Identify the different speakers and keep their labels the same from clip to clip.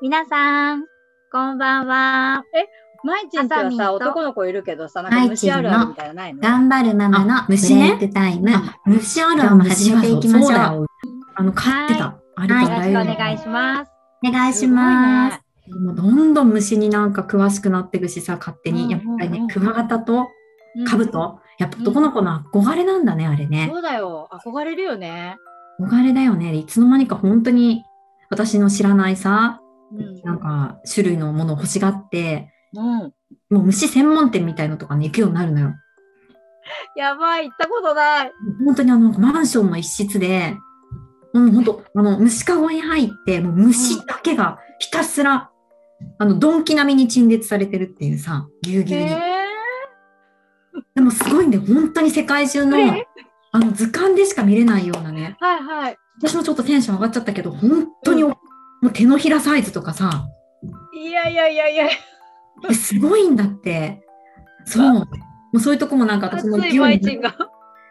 Speaker 1: 皆さん、こんばんは。
Speaker 2: マイチンっては
Speaker 1: あさみんと
Speaker 2: さ、男の子いるけどさ、なんか虫あるあるみたいなのないの
Speaker 3: 頑張るママの
Speaker 4: あ
Speaker 3: ブ
Speaker 4: 虫ね
Speaker 3: レイクタイム、
Speaker 4: あ
Speaker 3: 虫おろも始めていきましょう。
Speaker 4: う。あの、買ってた。あり
Speaker 1: よ
Speaker 4: が
Speaker 1: ろ
Speaker 4: とう
Speaker 1: しくお願いします。
Speaker 3: お願いします。
Speaker 4: もうどんどん虫になんか詳しくなっていくしさ、勝手
Speaker 2: うん
Speaker 4: に。やっぱりね、クワガタとカブト。やっぱ男の子の憧れなんだね、あれね
Speaker 2: そ。うだよ。憧れるよね。
Speaker 4: 憧れだよね。いつの間にか本当に私の知らないさ、
Speaker 2: うん。
Speaker 4: なんか種類のものを欲しがって、
Speaker 2: うん、
Speaker 4: もう虫専門店みたいのとかに行くようになるのよ。
Speaker 2: やばい、行ったことない。
Speaker 4: 本当にあの、マンションの一室で、うん、本当あの、虫かごに入って、もう虫だけがひたすら、あの、ドンキ並みに陳列されてるっていうさ、ぎゅうぎゅうに。
Speaker 2: え
Speaker 4: でもすごいんだよ、本当に世界中の、
Speaker 2: え
Speaker 4: あの、図鑑でしか見れないようなね。
Speaker 2: はいはい。
Speaker 4: 私もちょっとテンション上がっちゃったけど、本当にお、もう手のひらサイズとかさ、
Speaker 2: いやいやいやいや、
Speaker 4: えすごいんだって。そう。もうそういうとこもなんか私も
Speaker 2: 熱
Speaker 4: 行く
Speaker 2: い
Speaker 4: よう
Speaker 2: マ
Speaker 4: に
Speaker 2: イチンが。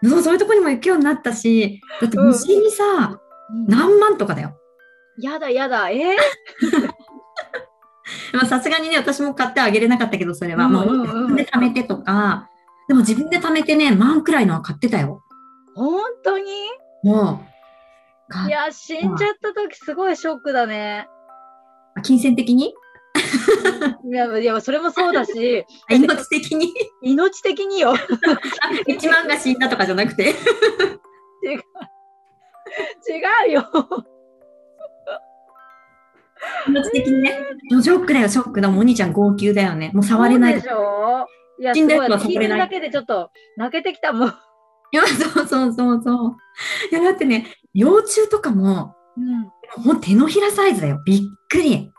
Speaker 4: そうそういうとこにも行くようになったし、だって虫にさ、
Speaker 2: うん
Speaker 4: 何万とかだよ。
Speaker 2: やだやだ、え
Speaker 4: まあさすがにね、私も買ってあげれなかったけど、それは。
Speaker 2: うん
Speaker 4: も
Speaker 2: うんう
Speaker 4: う
Speaker 2: ん
Speaker 4: 自分で貯めてとか、でも自分で貯めてね、万くらいのは買ってたよ。
Speaker 2: 本当に
Speaker 4: もう。か
Speaker 2: いや、死んじゃった時すごいショックだね。
Speaker 4: 金銭 的
Speaker 2: い
Speaker 4: に
Speaker 2: や、いやそれもそうだし、
Speaker 4: あ命的に
Speaker 2: 命的によ。
Speaker 4: あ ?1 万が死んだとかじゃなくて。
Speaker 2: 違うよ。
Speaker 4: 命的にね。もうショックだよ、ショックだ。もうお兄ちゃん号泣だよね。もう触れな
Speaker 2: そ
Speaker 4: い。
Speaker 2: うでしょいや、
Speaker 4: 死
Speaker 2: す
Speaker 4: んだ
Speaker 2: ごい
Speaker 4: やつは
Speaker 2: 聞い
Speaker 4: 触
Speaker 2: て
Speaker 4: れ
Speaker 2: る
Speaker 4: ない
Speaker 2: だけでちょっと泣けてきたもん。
Speaker 4: いや、そうそうそうそう。いや、だってね、幼虫とかも、もう手のひらサイズだよ。びっくり。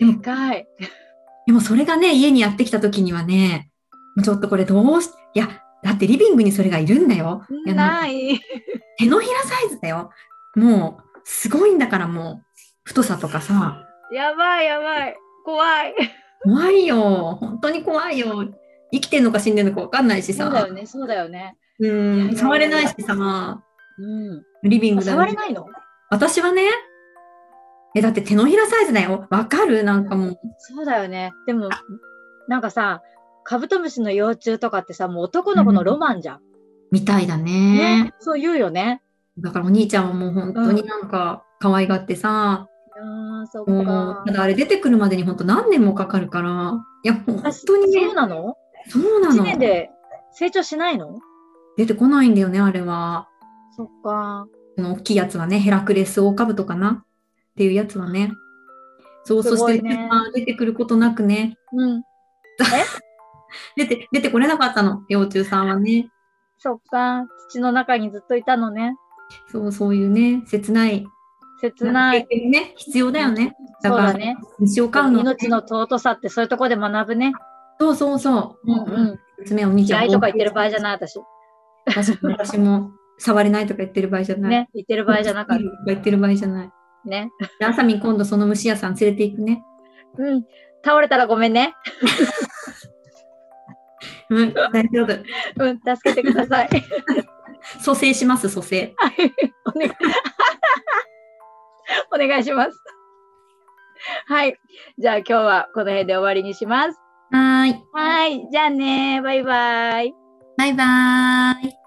Speaker 2: うん。でかい。
Speaker 4: でもそれがね、家にやってきた時にはね、もうちょっとこれどうし、いや、だってリビングにそれがいるんだよ。いや
Speaker 2: ない。
Speaker 4: 手のひらサイズだよ。もう、すごいんだからもう、太さとかさ、
Speaker 2: やばいやばい。怖い。
Speaker 4: 怖いよ。本当に怖いよ。生きてんのか死んでんのか分かんないし
Speaker 2: そうだ
Speaker 4: さ
Speaker 2: よ。ね、そうだよね。
Speaker 4: う
Speaker 2: いや
Speaker 4: ん、触れないしさ、
Speaker 2: う
Speaker 4: リビン
Speaker 2: ん。
Speaker 4: グだ
Speaker 2: 触れ
Speaker 4: よ。
Speaker 2: ないの
Speaker 4: 私はね、え、だって手のひらサイズだよ。わかるなんかもう。
Speaker 2: そうだよね。でも、なんかさ、カブトムシの幼虫とかってさ、もう男の子のロマンじゃん。
Speaker 4: みたいだね
Speaker 2: ね。。そう言うよね。
Speaker 4: だからお兄ちゃんはもう本当になんか可愛がってさ、
Speaker 2: ああ、そっ
Speaker 4: も
Speaker 2: か
Speaker 4: う、た。だあれ出てくるまでに本当何年もかかるから、いや、本
Speaker 2: あ
Speaker 4: 当にね
Speaker 2: そう、なの
Speaker 4: そうな
Speaker 2: ?1
Speaker 4: の。
Speaker 2: 年で成長しないの
Speaker 4: 出てこないんだよね、あれは。
Speaker 2: そっか。
Speaker 4: この大きいやつはね、ヘラクレスオオカブトかなっていうやつはね。そう、
Speaker 2: す
Speaker 4: そし
Speaker 2: ごい
Speaker 4: て、
Speaker 2: ね
Speaker 4: まあ出てくることなくね、
Speaker 2: うん。
Speaker 4: 出て、出てこれなかったの、幼虫さんはね。
Speaker 2: そっか。土の中にずっといたのね。
Speaker 4: そう、そういうね、切ない、
Speaker 2: 切ない。
Speaker 4: 経験ね、必要だよね。だ
Speaker 2: そう
Speaker 4: か
Speaker 2: だ
Speaker 4: ら、
Speaker 2: ね。
Speaker 4: 虫を飼うの。
Speaker 2: 命の尊さってそういうとこで学ぶね。
Speaker 4: そうそうそう。
Speaker 2: うん。
Speaker 4: 娘、お兄ちゃん
Speaker 2: 嫌いとか言ってる場合じゃ
Speaker 4: ない。
Speaker 2: ない、私。
Speaker 4: 私も私も触れないとか言ってる場合じゃない。
Speaker 2: ね。言ってる場合じゃなかっ
Speaker 4: とか言ってる場合じゃない。
Speaker 2: た。ね。
Speaker 4: で、あさみん今度その虫屋さん連れて行くね。
Speaker 2: うん。倒れたらごめんね。
Speaker 4: うん、大丈夫。
Speaker 2: うん。助けてくだ さい。
Speaker 4: 蘇生します、蘇生。
Speaker 2: お願いお願いします。はい。じゃあ今日はこの辺で終わりにします。
Speaker 4: はーい。
Speaker 2: はい。じゃあね。バイバイ。
Speaker 4: バイバーイ。